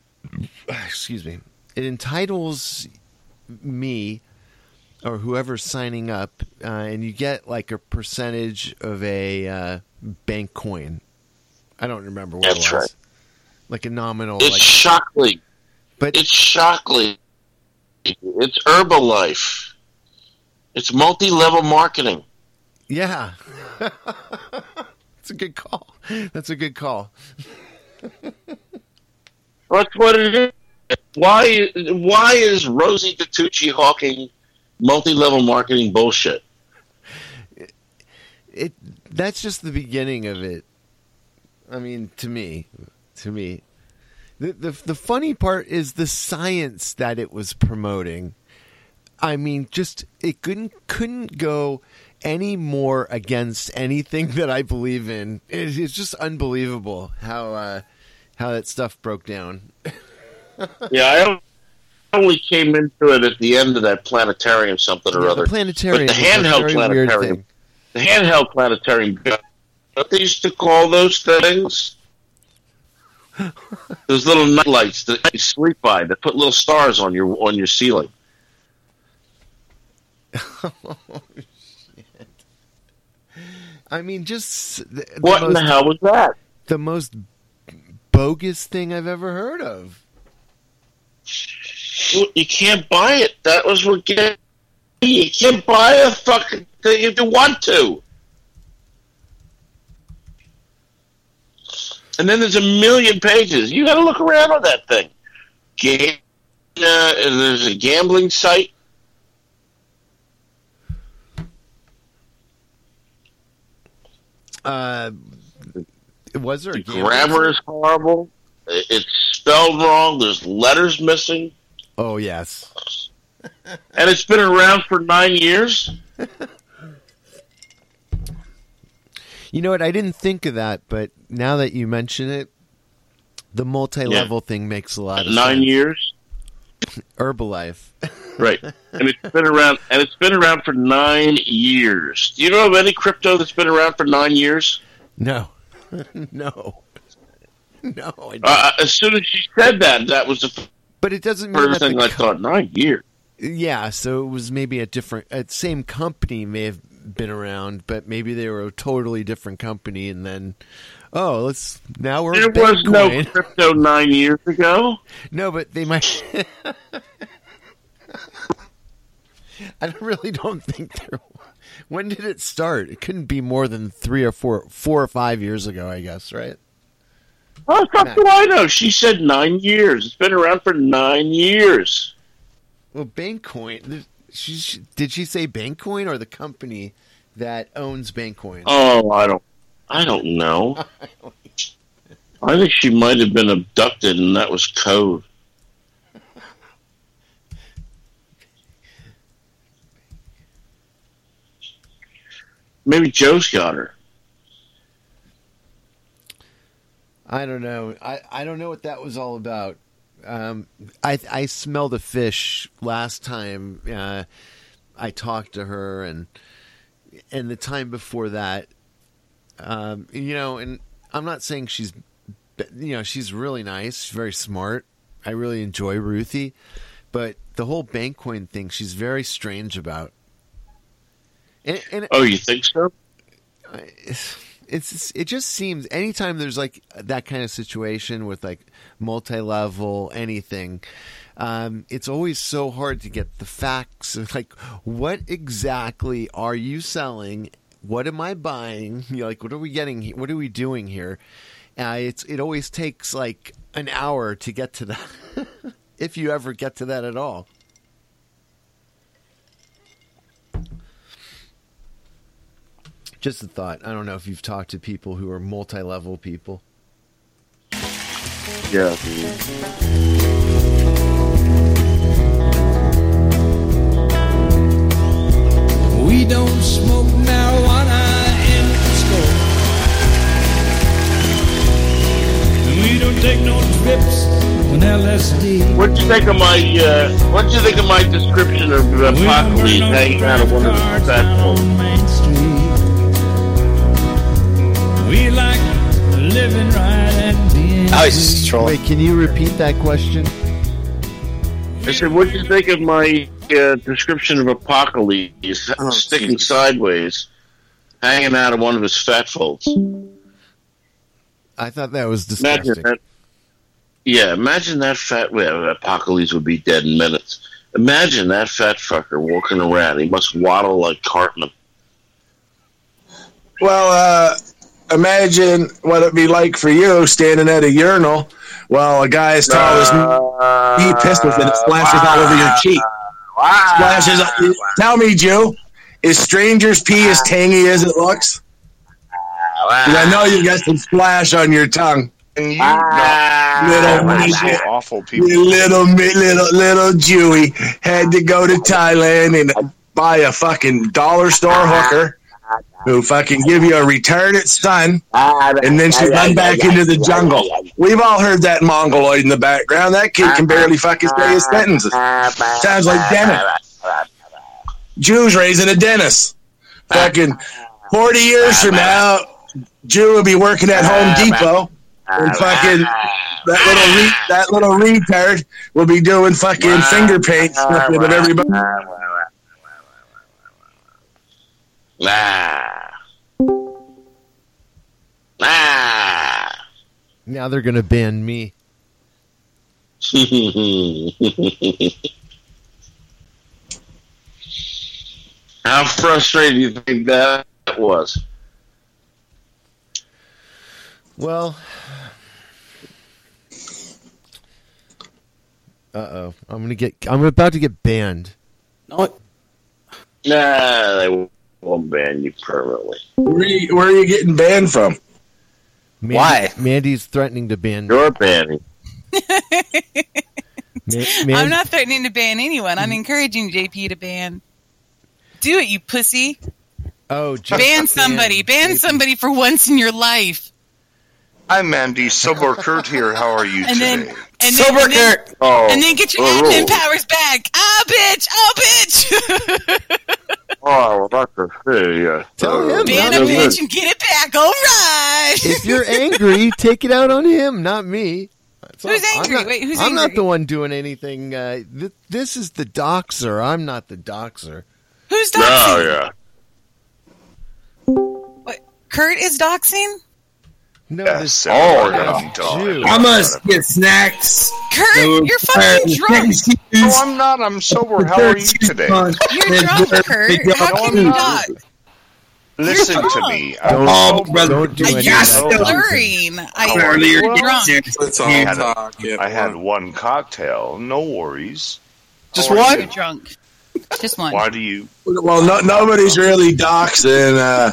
Speaker 1: [SIGHS] excuse me, it entitles me or whoever's signing up, uh, and you get like a percentage of a uh, bank coin. I don't remember what
Speaker 5: That's
Speaker 1: it was.
Speaker 5: right.
Speaker 1: Like a nominal,
Speaker 5: It's
Speaker 1: like,
Speaker 5: Shockley.
Speaker 1: but
Speaker 5: It's Shockley. It's Herbalife. It's multi-level marketing.
Speaker 1: yeah, [LAUGHS] it's a good call. That's a good call.
Speaker 5: That's what it is. Why? Why is Rosie DiTucci hawking multi-level marketing bullshit?
Speaker 1: it that's just the beginning of it. I mean, to me, to me, The, the the funny part is the science that it was promoting. I mean, just it couldn't couldn't go any more against anything [LAUGHS] that I believe in. It, it's just unbelievable how uh, how that stuff broke down.
Speaker 5: [LAUGHS] Yeah, I only came into it at the end of that planetarium something or
Speaker 1: Yeah, the
Speaker 5: other.
Speaker 1: planetarium
Speaker 5: But
Speaker 1: was a
Speaker 5: the handheld
Speaker 1: very weird
Speaker 5: planetarium.
Speaker 1: thing.
Speaker 5: The handheld planetarium. What they used to call those
Speaker 1: [LAUGHS]
Speaker 5: things? those little night lights that you sleep by that put little stars on your on your ceiling.
Speaker 1: I mean, just the, the
Speaker 5: What in
Speaker 1: most,
Speaker 5: the hell was that?
Speaker 1: the most bogus thing I've ever heard of.
Speaker 5: Well, You can't buy it. That was what gave you can't buy a fucking thing if you want to. And then there's a million pages. You got to look around on that thing. Game, uh, there's a gambling site.
Speaker 1: Uh, was there a
Speaker 5: The
Speaker 1: gambling
Speaker 5: grammar is horrible. I- It's spelled wrong. There's letters missing,
Speaker 1: Oh yes.
Speaker 5: and it's been around for nine years.
Speaker 1: You know what? I didn't think of that, but now that you mention it, the multi-level thing makes a lot of
Speaker 5: Nine
Speaker 1: sense.
Speaker 5: years.
Speaker 1: Herbalife. [LAUGHS]
Speaker 5: Right. And it's been around and it's been around for nine years. Do you know of any crypto that's been around for nine years?
Speaker 1: No, [LAUGHS] no, no. I don't.
Speaker 5: Uh, as soon as she said that, that was the
Speaker 1: but it doesn't mean
Speaker 5: first
Speaker 1: that
Speaker 5: thing
Speaker 1: the
Speaker 5: I thought, nine years.
Speaker 1: Yeah, so it was maybe a different, uh, same company may have been around, but maybe they were a totally different company, and then, oh, let's now we're
Speaker 5: There was no
Speaker 1: Bitcoin. [LAUGHS]
Speaker 5: crypto nine years ago.
Speaker 1: no, but they might. [LAUGHS] I don't- really don't think there. wa- When did it start? It couldn't be more than three or four, four or five years ago, I guess, right?
Speaker 5: How the fuck do Oh, I know? She said nine years. It's been around for nine years.
Speaker 1: Well, Bankcoin. th- She, she, did she say Bankcoin or the company that owns Bankcoin?
Speaker 5: Oh, I don't I don't know. I think she might have been abducted and that was code. Maybe Joe's got her.
Speaker 1: I don't know. I, I don't know what that was all about. Um, I I smelled a fish last time uh, I talked to her, and and the time before that, um, you know. And I'm not saying she's, b- you know, she's really nice, she's very smart. I really enjoy Ruthie, but the whole Bankcoin thing, she's very strange about. And, and
Speaker 5: Oh, you think so?
Speaker 1: it's it just seems anytime there's like that kind of situation with like multi-level anything um, it's always so hard to get the facts [LAUGHS] of like what exactly are you selling what am i buying [LAUGHS] you know, like what are we getting he- what are we doing here uh, it's it always takes like an hour to get to that [LAUGHS] if you ever get to that at all just a thought i don't know if you've talked to people who are multi-level people
Speaker 5: Yeah.
Speaker 2: We don't smoke marijuana in the store. And we don't take no trips on LSD.
Speaker 5: What'd you think of my uh, What'd you think of my description of uh,
Speaker 2: We don't
Speaker 5: Apocalypse
Speaker 2: burn no
Speaker 5: hanging out
Speaker 2: credit
Speaker 5: of one of the
Speaker 2: cards down
Speaker 5: festivals?
Speaker 2: on Main Street. We like living right and being.
Speaker 9: Nice, troll.
Speaker 1: wait can you repeat that question
Speaker 5: I said, "What'd you think of my uh, description of Apocalypse
Speaker 4: Oh,
Speaker 5: sticking
Speaker 4: Jesus.
Speaker 5: sideways, hanging out of one of his fat folds?"
Speaker 1: i thought that was disgusting
Speaker 5: Imagine that. Yeah, imagine that fat. Well, Apocalypse would be dead in minutes. Imagine that fat fucker walking around. He must waddle like Cartman.
Speaker 6: Well, uh, imagine what it'd be like for you standing at a urinal while a guy as tall as me he pistols and it splashes all over your cheek. Splashes. Tell me, Jew, is strangers' pee as tangy as it looks? 'Cause I know you got some splash on your tongue.
Speaker 8: And you, Little
Speaker 6: midget.
Speaker 8: awful people.
Speaker 6: little mi- little little Jewy had to go to Thailand and buy a fucking dollar store hooker who fucking give you a retarded son, and then she run back into the jungle. We've all heard that mongoloid in the background. That kid can barely fucking say his sentences. Sounds like Dennis. Jews raising a dentist. Fucking forty years from now, Jew will be working at Home Depot and fucking
Speaker 5: Ah,
Speaker 6: that little re-
Speaker 8: Ah.
Speaker 6: that little retard will be doing fucking finger paint
Speaker 8: Ah,
Speaker 6: stuff with everybody.
Speaker 5: Nah. Nah.
Speaker 1: Now they're gonna ban me.
Speaker 5: [LAUGHS] How frustrating do you think that was?
Speaker 1: Well, uh oh, I'm gonna get. I'm about to get banned.
Speaker 9: No,
Speaker 5: Nah, they won't ban you permanently.
Speaker 6: Where are you, where are you getting banned from?
Speaker 1: Mandy,
Speaker 9: Why?
Speaker 1: Mandy's threatening to ban.
Speaker 5: You're banning.
Speaker 1: Ma- Man-
Speaker 10: I'm not threatening to ban anyone. I'm encouraging JP to ban. Do it, you pussy.
Speaker 1: Oh, just
Speaker 10: Ban somebody. Ban
Speaker 1: JP.
Speaker 10: somebody for once in your life.
Speaker 8: I'm Andy Sober Kurt here. How are you
Speaker 10: And then
Speaker 8: today?
Speaker 10: and then,
Speaker 9: sober
Speaker 10: and then,
Speaker 9: Kurt.
Speaker 8: oh,
Speaker 10: and then get your
Speaker 8: oh,
Speaker 10: admin powers back. Ah, bitch. Ah, bitch. [LAUGHS]
Speaker 5: Oh, that's a thing, yeah.
Speaker 1: Tell him.
Speaker 10: ban
Speaker 1: no,
Speaker 10: a
Speaker 1: no,
Speaker 10: bitch and get it back. All right.
Speaker 1: if you're angry, take it out on him, not me. That's
Speaker 10: Who's
Speaker 1: all.
Speaker 10: angry?
Speaker 1: I'm not,
Speaker 10: Wait, who's
Speaker 1: I'm not
Speaker 10: angry?
Speaker 1: the one doing anything. Uh, th- this is the doxer. I'm not the doxer.
Speaker 10: Who's doxing?
Speaker 5: Oh, yeah.
Speaker 10: What, Kurt is doxing?
Speaker 1: No,
Speaker 8: yes,
Speaker 1: this
Speaker 8: oh,
Speaker 1: yeah. Jew.
Speaker 8: yeah.
Speaker 7: I must get snacks.
Speaker 10: Kurt, you're fucking drunk.
Speaker 8: No, Oh, I'm not. I'm sober. How are you today?
Speaker 10: You're drunk, Kurt. How can
Speaker 8: No,
Speaker 10: you
Speaker 8: I'm
Speaker 10: dox?
Speaker 8: not. Listen
Speaker 10: You're
Speaker 8: to
Speaker 10: drunk.
Speaker 8: me. um,
Speaker 1: Don't-
Speaker 8: I'm
Speaker 7: Oh,
Speaker 8: sober.
Speaker 7: brother.
Speaker 1: Don't do
Speaker 7: I
Speaker 1: any of
Speaker 7: just
Speaker 1: that.
Speaker 7: don't-
Speaker 10: Blurring.
Speaker 8: How are
Speaker 10: I,
Speaker 7: Earlier,
Speaker 10: You're drunk.
Speaker 4: Let's all
Speaker 7: Yeah.
Speaker 4: talk. at
Speaker 8: I had
Speaker 4: once.
Speaker 8: one cocktail. No worries.
Speaker 4: Just
Speaker 8: How are
Speaker 4: one?
Speaker 8: you?
Speaker 10: you're drunk. Just one. [LAUGHS]
Speaker 8: Why do you?
Speaker 6: Well, no, nobody's really doxing. Uh,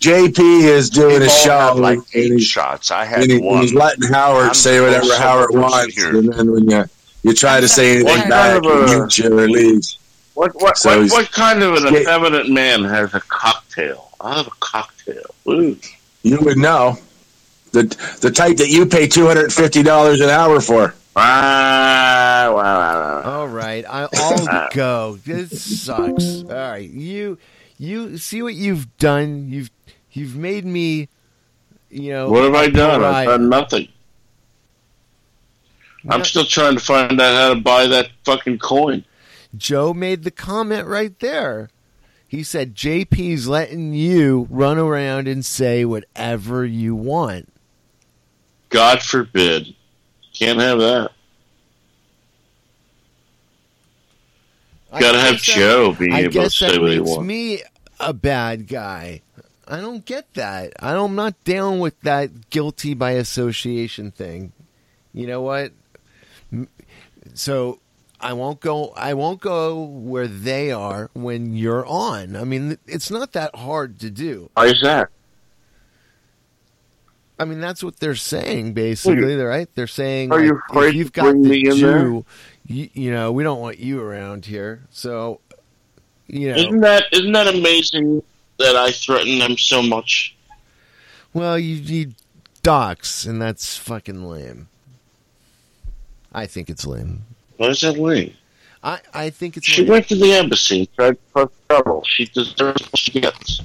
Speaker 6: JP is doing a
Speaker 8: People
Speaker 6: show,
Speaker 8: had like
Speaker 6: and
Speaker 8: eight
Speaker 6: he's-
Speaker 8: shots. I had
Speaker 6: and he- and
Speaker 8: one.
Speaker 6: he's letting Howard
Speaker 8: I'm
Speaker 6: say
Speaker 8: the
Speaker 6: whatever
Speaker 8: most
Speaker 6: Howard
Speaker 8: sober person
Speaker 6: wants,
Speaker 8: here.
Speaker 6: and then when you you try to say
Speaker 5: What
Speaker 6: anything
Speaker 10: kind
Speaker 6: back,
Speaker 5: of a-
Speaker 6: you cheer leaves.
Speaker 5: What what,
Speaker 6: So
Speaker 5: what,
Speaker 6: he's-
Speaker 5: what kind of an
Speaker 6: Yeah.
Speaker 5: effeminate man has a cocktail? I have a cocktail. Ooh.
Speaker 6: You would know the the type that you pay two hundred fifty dollars an hour for.
Speaker 5: Ah, wow, wow, wow.
Speaker 1: All right, I,
Speaker 5: Ah.
Speaker 1: I'll go. This sucks. All right, you, you see what you've done. You've you've made me. You know
Speaker 5: What have I done?
Speaker 1: Right.
Speaker 5: I've done nothing.
Speaker 1: No.
Speaker 5: I'm still trying to find out how to buy that fucking coin.
Speaker 1: Joe made the comment right there. He said, JP's letting you run around and say whatever you want.
Speaker 5: God forbid. Can't have that.
Speaker 1: I
Speaker 5: Gotta have
Speaker 1: guess that-
Speaker 5: Joe being
Speaker 1: I
Speaker 5: able to
Speaker 1: guess
Speaker 5: say
Speaker 1: that
Speaker 5: what he
Speaker 1: makes
Speaker 5: wants.
Speaker 1: me a bad guy. I don't get that. I don't, I'm not down with that guilty by association thing. You know what? M- So I won't go. I won't go where they are when you're on. I mean, it's not that hard to do.
Speaker 5: Why is that?
Speaker 1: I mean, that's what they're saying, basically, right? They're saying,
Speaker 5: Are
Speaker 1: like,
Speaker 5: you afraid
Speaker 1: if you've
Speaker 5: to
Speaker 1: got
Speaker 5: bring
Speaker 1: the
Speaker 5: me in there?
Speaker 1: Jew, you, you know, we don't want you around here. So, you know,
Speaker 5: Isn't that isn't that amazing that I threaten them so much?
Speaker 1: well, you need docs, and that's fucking lame. I think it's lame.
Speaker 5: Why is that lame?
Speaker 1: I, I think it's
Speaker 5: She
Speaker 1: lame.
Speaker 5: went to the embassy and tried to cause trouble. She deserves what she gets.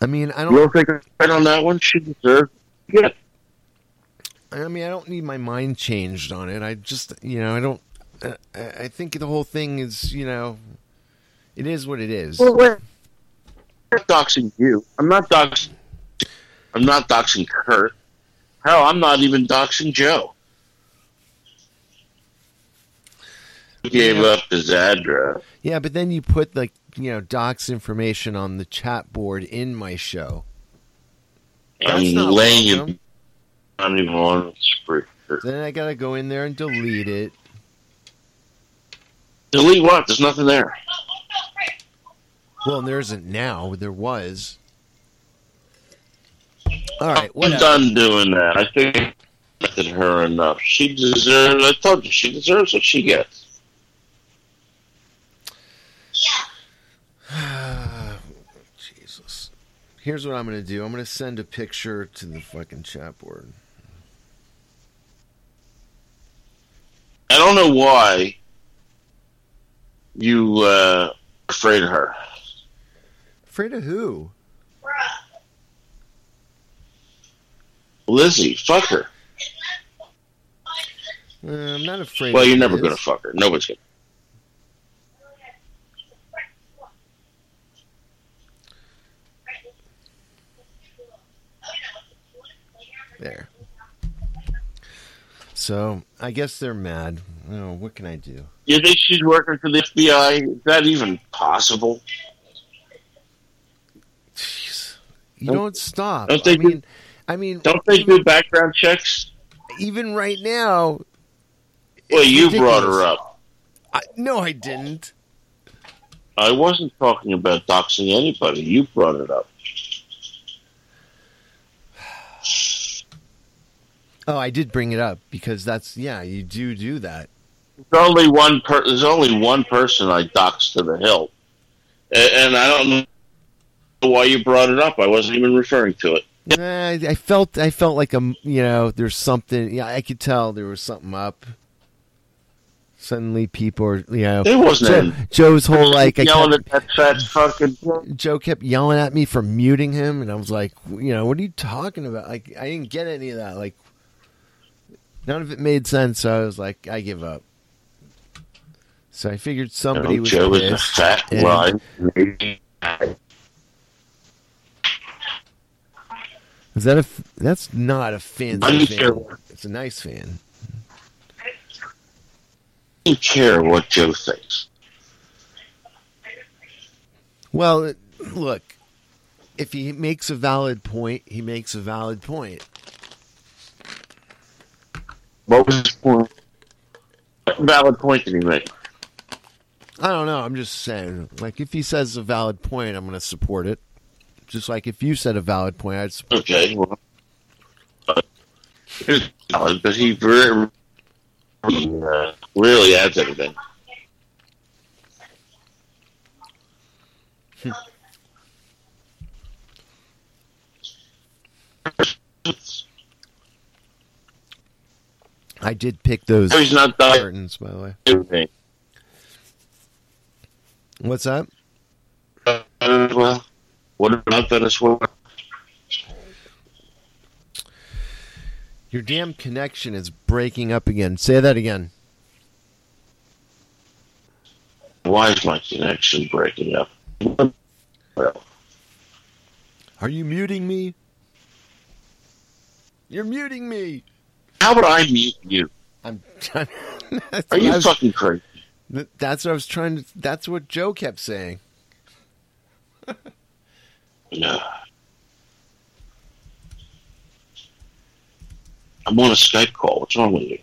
Speaker 1: I mean, I
Speaker 5: You
Speaker 1: don't.
Speaker 5: don't think I'm right on that one? She deserves what she gets.
Speaker 1: I mean, I don't need my mind changed on it. I just, you know, I don't. Uh, I I think the whole thing is, you know, it is what it is.
Speaker 5: Well, wait. I'm not doxing you. I'm not doxing. I'm not doxing Kurt. Hell, I'm not even doxing Joe. He gave
Speaker 1: Yeah.
Speaker 5: up his address.
Speaker 1: Yeah, but then you put like you know docs information on the chat board in my show. That's
Speaker 5: I'm
Speaker 1: not
Speaker 5: laying
Speaker 1: welcome.
Speaker 5: it. I'm not even on the spree.
Speaker 1: Then I gotta go in there and delete it.
Speaker 5: Delete what? There's nothing there.
Speaker 1: Well, there isn't now. There was. All right,
Speaker 5: I'm
Speaker 1: what?
Speaker 5: done doing that. I think I affected her enough. She deserves. I told you, she deserves what she gets.
Speaker 1: Jesus. Here's what I'm going to do. I'm going to send a picture to the fucking chat board.
Speaker 5: I don't know why you uh, afraid of her.
Speaker 1: Afraid of who?
Speaker 5: Lizzie, fuck her.
Speaker 1: Uh, I'm not afraid.
Speaker 5: Well,
Speaker 1: of
Speaker 5: you're never
Speaker 1: this.
Speaker 5: going to fuck her. Nobody's going. to
Speaker 1: There. So I guess they're mad. Oh, what can I do?
Speaker 5: You think she's working for the FBI? Is that even possible?
Speaker 1: You don't stop.
Speaker 5: Don't
Speaker 1: I
Speaker 5: they do-
Speaker 1: mean, I mean,
Speaker 5: Don't they do background checks?
Speaker 1: even right now.
Speaker 5: Well,
Speaker 1: it's
Speaker 5: you brought
Speaker 1: ridiculous.
Speaker 5: her up.
Speaker 1: I, no, I didn't.
Speaker 5: I wasn't talking about doxing anybody. You brought it up.
Speaker 1: Oh, I did bring it up because that's yeah, you do do that.
Speaker 5: There's only one. Per- there's only one person I doxed to the hilt, and, and I don't know why you brought it up. I wasn't even referring to it.
Speaker 1: Nah, I felt I felt like a you know there's something. Yeah, I could tell there was something up. Suddenly, people are you know
Speaker 5: It wasn't.
Speaker 1: Jo- Joe's whole like I
Speaker 5: yelling
Speaker 1: kept,
Speaker 5: at that fat fucking.
Speaker 1: Joe kept yelling at me for muting him, and I was like, you know, what are you talking about? Like, I didn't get any of that. Like, none of it made sense. So I was like, I give up. So I figured somebody
Speaker 5: Oh,
Speaker 1: was
Speaker 5: Joe is a
Speaker 1: pissed,
Speaker 5: fat
Speaker 1: and-
Speaker 5: line. That's
Speaker 1: Is that a? f- That's not a fancy
Speaker 5: I don't
Speaker 1: fan.
Speaker 5: care.
Speaker 1: It's a nice fan.
Speaker 5: don't care what Joe thinks.
Speaker 1: Well, it- look, if he makes a valid point, he makes a valid point.
Speaker 5: What was his point? What valid point did he make?
Speaker 1: I don't know. I'm just saying, like, if he says a valid point, I'm going to support it. Just like if you said a valid point, I'd support.
Speaker 5: Okay, well, uh, it's valid, but he very, uh, really adds everything.
Speaker 1: I did pick those
Speaker 5: No, he's not dying
Speaker 1: curtains, by the way.
Speaker 5: everything.
Speaker 1: What's up?
Speaker 5: Uh, well, what about Venezuela?
Speaker 1: Your damn connection is breaking up again. Say that again.
Speaker 5: Why is my connection breaking up? Well,
Speaker 1: Are you muting me? You're muting me.
Speaker 5: how would I mute you?
Speaker 1: I'm. [LAUGHS] that's
Speaker 5: Are
Speaker 1: what I
Speaker 5: you
Speaker 1: was-
Speaker 5: fucking crazy?
Speaker 1: Th- That's what I was trying to. That's what Joe kept saying.
Speaker 5: No. I'm on a Skype call. What's wrong with you?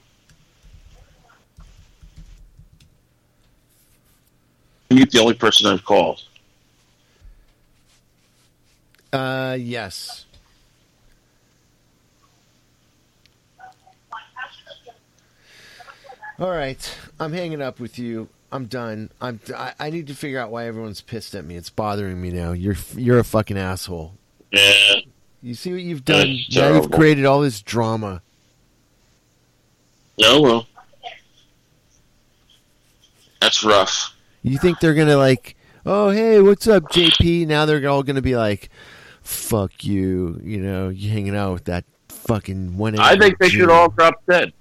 Speaker 5: You're the only person I've called.
Speaker 1: Uh, yes. All right, I'm hanging up with you. I'm done. I'm. I, I need to figure out why everyone's pissed at me. It's bothering me now. You're you're a fucking asshole.
Speaker 5: Yeah.
Speaker 1: You see what you've done?
Speaker 5: That's
Speaker 1: now you've
Speaker 5: terrible.
Speaker 1: created all this drama.
Speaker 5: No, well. That's rough.
Speaker 1: You think they're gonna like, oh hey, what's up, JP? Now they're all gonna be like, fuck you, you know, you hanging out with that fucking one.
Speaker 5: I think they should all drop dead.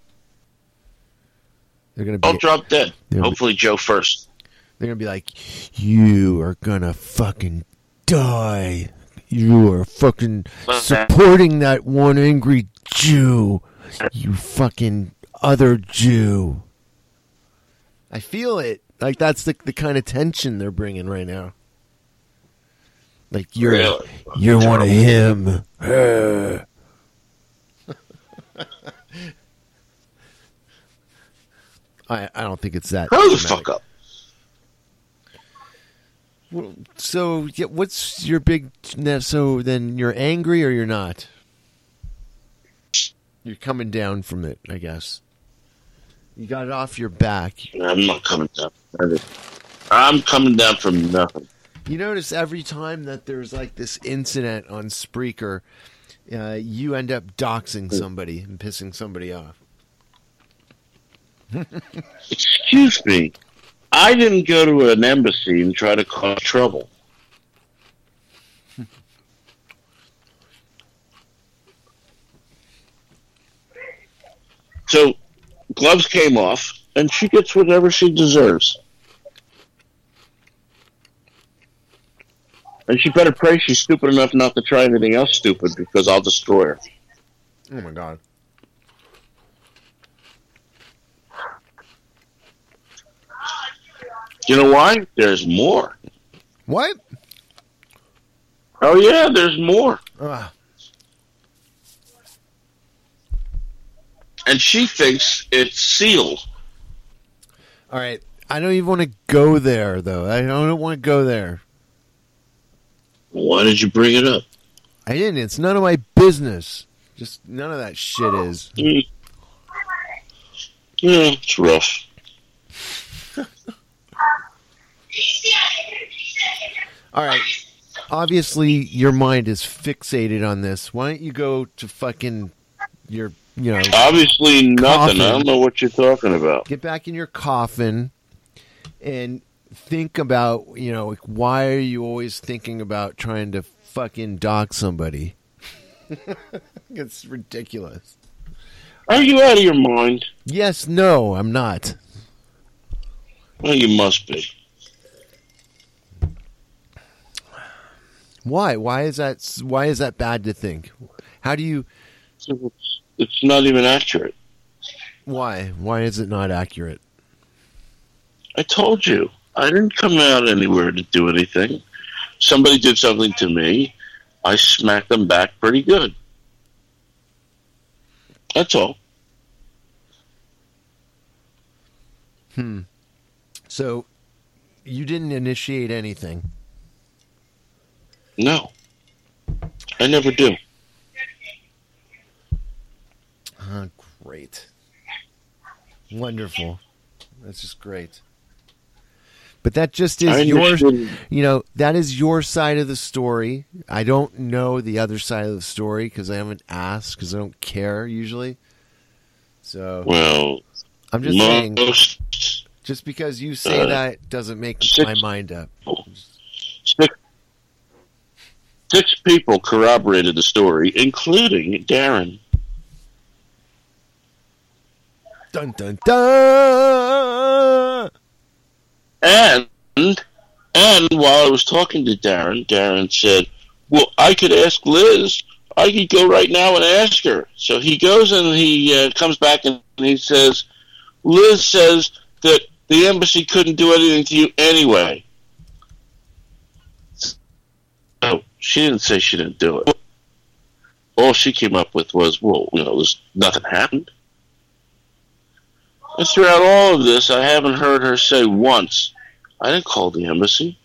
Speaker 1: They're gonna be.
Speaker 5: All drop dead.
Speaker 1: Yeah, but-
Speaker 5: Hopefully, Joe first.
Speaker 1: They're gonna be like, you are gonna fucking die. You are fucking supporting that one angry Jew. You fucking other Jew. I feel it. Like that's the the kind of tension they're bringing right now. Like you're
Speaker 5: Really?
Speaker 1: you're one of him. I I don't think it's that.
Speaker 5: Grow the
Speaker 1: dramatic.
Speaker 5: fuck up.
Speaker 1: Well, so yeah, what's your big? So then you're angry or you're not? You're coming down from it, I guess. You got it off your back.
Speaker 5: I'm not coming down. from nothing. I'm coming down from nothing.
Speaker 1: You notice every time that there's like this incident on Spreaker, uh, you end up doxing somebody and pissing somebody off.
Speaker 5: Excuse me. I didn't go to an embassy and try to cause trouble. so, gloves came off, and she gets whatever she deserves. And she better pray she's stupid enough not to try anything else stupid because I'll destroy her.
Speaker 1: Oh my god.
Speaker 5: You know why? There's more.
Speaker 1: What?
Speaker 5: Oh yeah, there's more.
Speaker 1: Ugh.
Speaker 5: And she thinks it's sealed.
Speaker 1: All right. I don't even want to go there, though. I don't want to go there.
Speaker 5: Why did you bring it up?
Speaker 1: I didn't. It's none of my business. Just none of that shit is.
Speaker 5: Mm. Yeah, it's rough.
Speaker 1: All right. Obviously, your mind is fixated on this. Why don't you go to fucking your, you know,
Speaker 5: Obviously nothing.
Speaker 1: Coffee.
Speaker 5: I don't know what you're talking about.
Speaker 1: get back in your coffin and think about, you know, like, why are you always thinking about trying to fucking dock somebody? [LAUGHS] it's ridiculous.
Speaker 5: Are you out of your mind?
Speaker 1: Yes, no, I'm not.
Speaker 5: Well, you must be.
Speaker 1: Why? Why is that? Why is that bad to think? How do you?
Speaker 5: It's, it's not even accurate.
Speaker 1: Why? Why is it not accurate?
Speaker 5: I told you. I didn't come out anywhere to do anything. Somebody did something to me. I smacked them back pretty good. That's all.
Speaker 1: So, you didn't initiate anything.
Speaker 5: No. I never do.
Speaker 1: Oh, great. Wonderful. That's just great. But that just is
Speaker 5: I
Speaker 1: your,
Speaker 5: understand.
Speaker 1: you know, that is your side of the story. I don't know the other side of the story because I haven't asked because I don't care usually. So
Speaker 5: Well,
Speaker 1: I'm just saying,
Speaker 5: most
Speaker 1: just because you say
Speaker 5: uh,
Speaker 1: that doesn't make
Speaker 5: six-
Speaker 1: my mind up.
Speaker 5: six, six people corroborated the story, including Darren.
Speaker 1: Dun dun dun.
Speaker 5: And and while I was talking to Darren, Darren said, "Well, I could ask Liz. I could go right now and ask her." So he goes and he uh, comes back and he says, "Liz says that the embassy couldn't do anything to you anyway." Oh, she didn't say she didn't do it. All she came up with was, "Well, you know, there's nothing happened." And throughout all of this, I haven't heard her say once, I didn't call the embassy.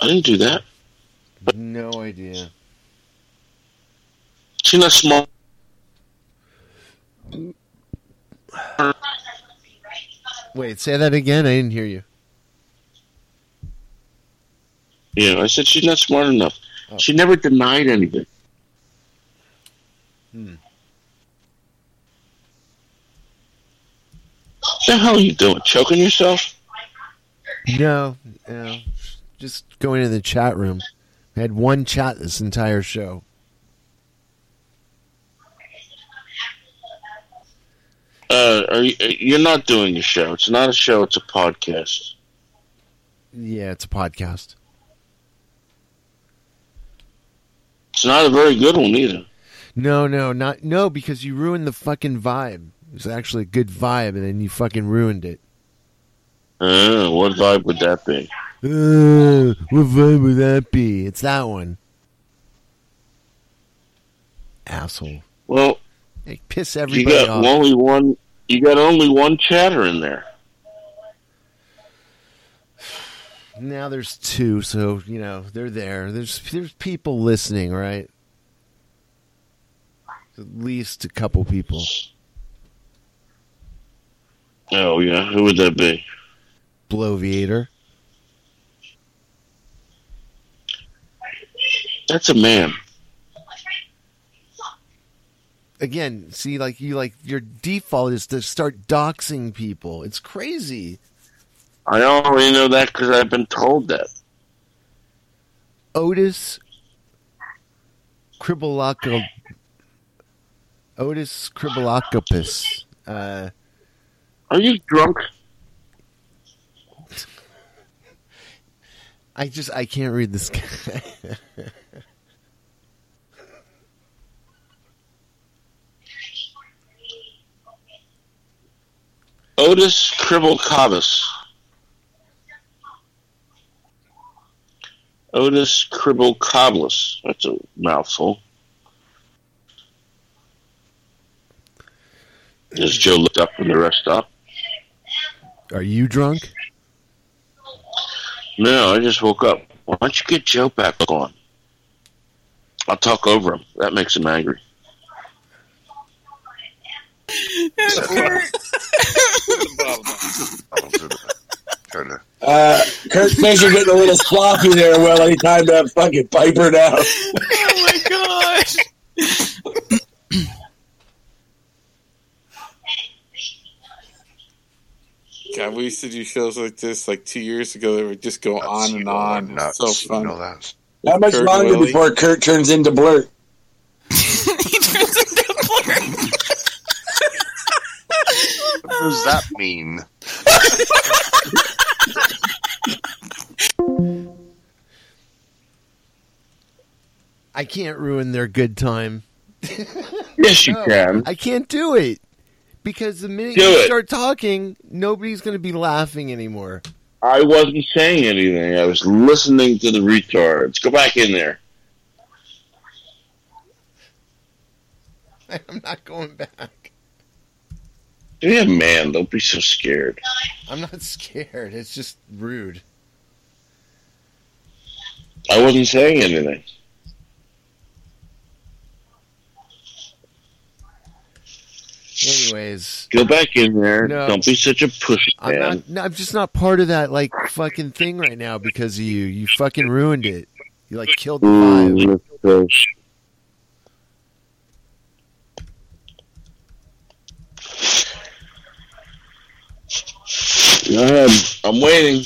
Speaker 5: I didn't do that.
Speaker 1: No idea.
Speaker 5: She's not smart.
Speaker 1: Wait, say that again. I didn't hear you.
Speaker 5: You know, I said she's not smart enough. She never denied anything. What the hell are you doing? Choking yourself?
Speaker 1: No, no. Just going to the chat room. I had one chat this entire show.
Speaker 5: Uh, are you, you're not doing a show. It's not a show. It's a podcast.
Speaker 1: Yeah, it's a podcast.
Speaker 5: It's not a very good one either.
Speaker 1: No, no, not no, because you ruined the fucking vibe. It was actually a good vibe, and then you fucking ruined it.
Speaker 5: Uh, what vibe would that be?
Speaker 1: Uh, what vibe would that be? It's that one. Asshole.
Speaker 5: Well,
Speaker 1: They piss
Speaker 5: you
Speaker 1: everybody
Speaker 5: got
Speaker 1: off.
Speaker 5: only one. You got only one chatter in there.
Speaker 1: Now there's two, so you know they're there. There's there's people listening, right? At least a couple people.
Speaker 5: Oh yeah, who would that be?
Speaker 1: Bloviator.
Speaker 5: That's a man.
Speaker 1: Again, see, like you, like your default is to start doxing people. It's crazy.
Speaker 5: I only know that because I've been told that.
Speaker 1: Otis Kribolaka. Otis Kribolakopus. Uh,
Speaker 5: Are you drunk?
Speaker 1: I just I can't read this guy. [LAUGHS]
Speaker 5: Otis Cribble Cobus. Otis Cribble Cobbless. That's a mouthful. Does Joe look up when the rest up?
Speaker 1: Are you drunk?
Speaker 5: No, I just woke up. Why don't you get Joe back on? I'll talk over him. That makes him angry.
Speaker 4: [LAUGHS]
Speaker 6: Uh, Kurt Fisher getting a little sloppy there. Well, anytime that fucking Piper now.
Speaker 10: Oh my gosh.
Speaker 4: God, we used to do shows like this like two years ago. They would just go on and on. It's so
Speaker 8: You
Speaker 4: fun.
Speaker 8: know that.
Speaker 6: How much
Speaker 4: Kurt
Speaker 6: longer
Speaker 4: Willie.
Speaker 6: before Kurt turns into Blurt?
Speaker 10: [LAUGHS] he turns into Blur.
Speaker 8: What does that mean?
Speaker 1: I can't ruin their good time.
Speaker 5: Yes, you
Speaker 1: No,
Speaker 5: can.
Speaker 1: I can't do it because the minute
Speaker 5: Do
Speaker 1: you
Speaker 5: it.
Speaker 1: start talking, nobody's going to be laughing anymore. [LAUGHS]
Speaker 5: I wasn't saying anything. I was listening to the retards. Go back in there.
Speaker 1: I'm not going back.
Speaker 5: Yeah, man, don't be so scared.
Speaker 1: I'm not scared. It's just rude.
Speaker 5: I wasn't saying anything.
Speaker 1: Anyways,
Speaker 5: Go back in there.
Speaker 1: No.
Speaker 5: Don't be such a pussy,
Speaker 1: I'm
Speaker 5: man.
Speaker 1: not. No, I'm just not part of that like fucking thing right now because of you. You fucking ruined it. You like killed the
Speaker 9: Mm.
Speaker 5: Ooh,
Speaker 1: vibe.
Speaker 5: look at those. Go ahead. I'm waiting.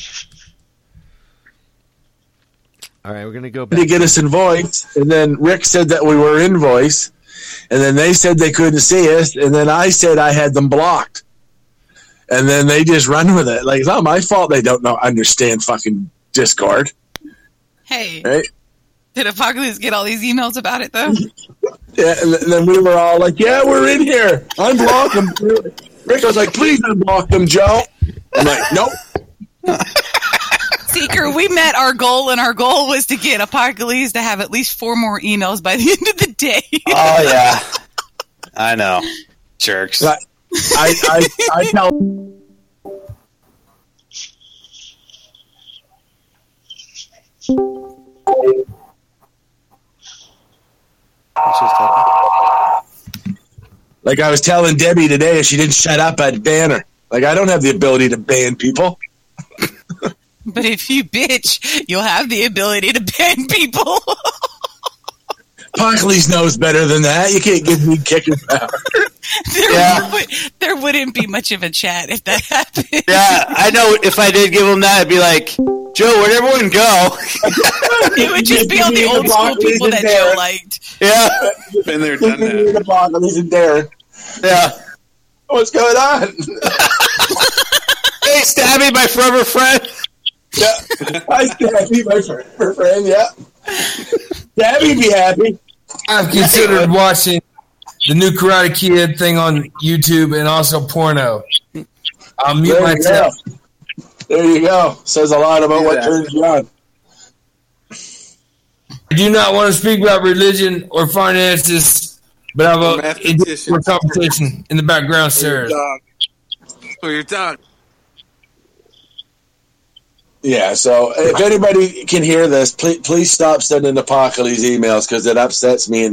Speaker 1: All right, we're gonna go
Speaker 6: To
Speaker 1: back.
Speaker 6: get us in voice, and then Rick said that we were in voice, and then they said they couldn't see us, and then I said I had them blocked, and then they just run with it. Like it's not my fault they don't know understand fucking Discord.
Speaker 10: Hey,
Speaker 6: Right?
Speaker 10: did Apocalypse get all these emails about it though?
Speaker 6: Yeah, and th- then we were all like, "Yeah, we're in here. Unblock them." Rick was like, "Please unblock them, Joe." I'm like, "Nope."
Speaker 10: Seeker, we met our goal, and our goal was to get Apocalypse to have at least four more emails by the [LAUGHS] end of the day.
Speaker 9: Oh yeah, I know, jerks.
Speaker 6: Like, I, I, I tell. Like I was telling Debbie today, if she didn't shut up, I'd ban her. Like I don't have the ability to ban people.
Speaker 10: But if you bitch, you'll have the ability to ban people. [LAUGHS]
Speaker 6: Pockley's knows better than that. You can't give me kicking power.
Speaker 10: there,
Speaker 9: Yeah.
Speaker 10: would, there wouldn't be much of a chat if that happened.
Speaker 9: Yeah, I know. If I did give him that, I'd be like, Joe, where'd everyone go? [LAUGHS]
Speaker 10: It would just be all the old school people that Joe liked.
Speaker 9: yeah,
Speaker 4: Been there, done that.
Speaker 6: Pockley's and Darren.
Speaker 9: yeah.
Speaker 6: What's going on?
Speaker 9: Hey, Stabby, my forever friend.
Speaker 6: Yeah, I still happy, my friend, my friend. Yeah, Debbie be happy.
Speaker 7: I've considered watching the new Karate Kid thing on YouTube and also porno. I'll mute
Speaker 6: There you go.
Speaker 7: myself.
Speaker 6: There you go. Says a lot about what
Speaker 9: Yeah.
Speaker 6: turns you on.
Speaker 7: I do not want to speak about religion or finances, but I will
Speaker 4: Mathematician.
Speaker 7: for competition in the background, sir.
Speaker 4: Dog. Oh, your dog.
Speaker 6: Yeah. So if anybody can hear this, please, please stop sending Apocalypse emails because it upsets me and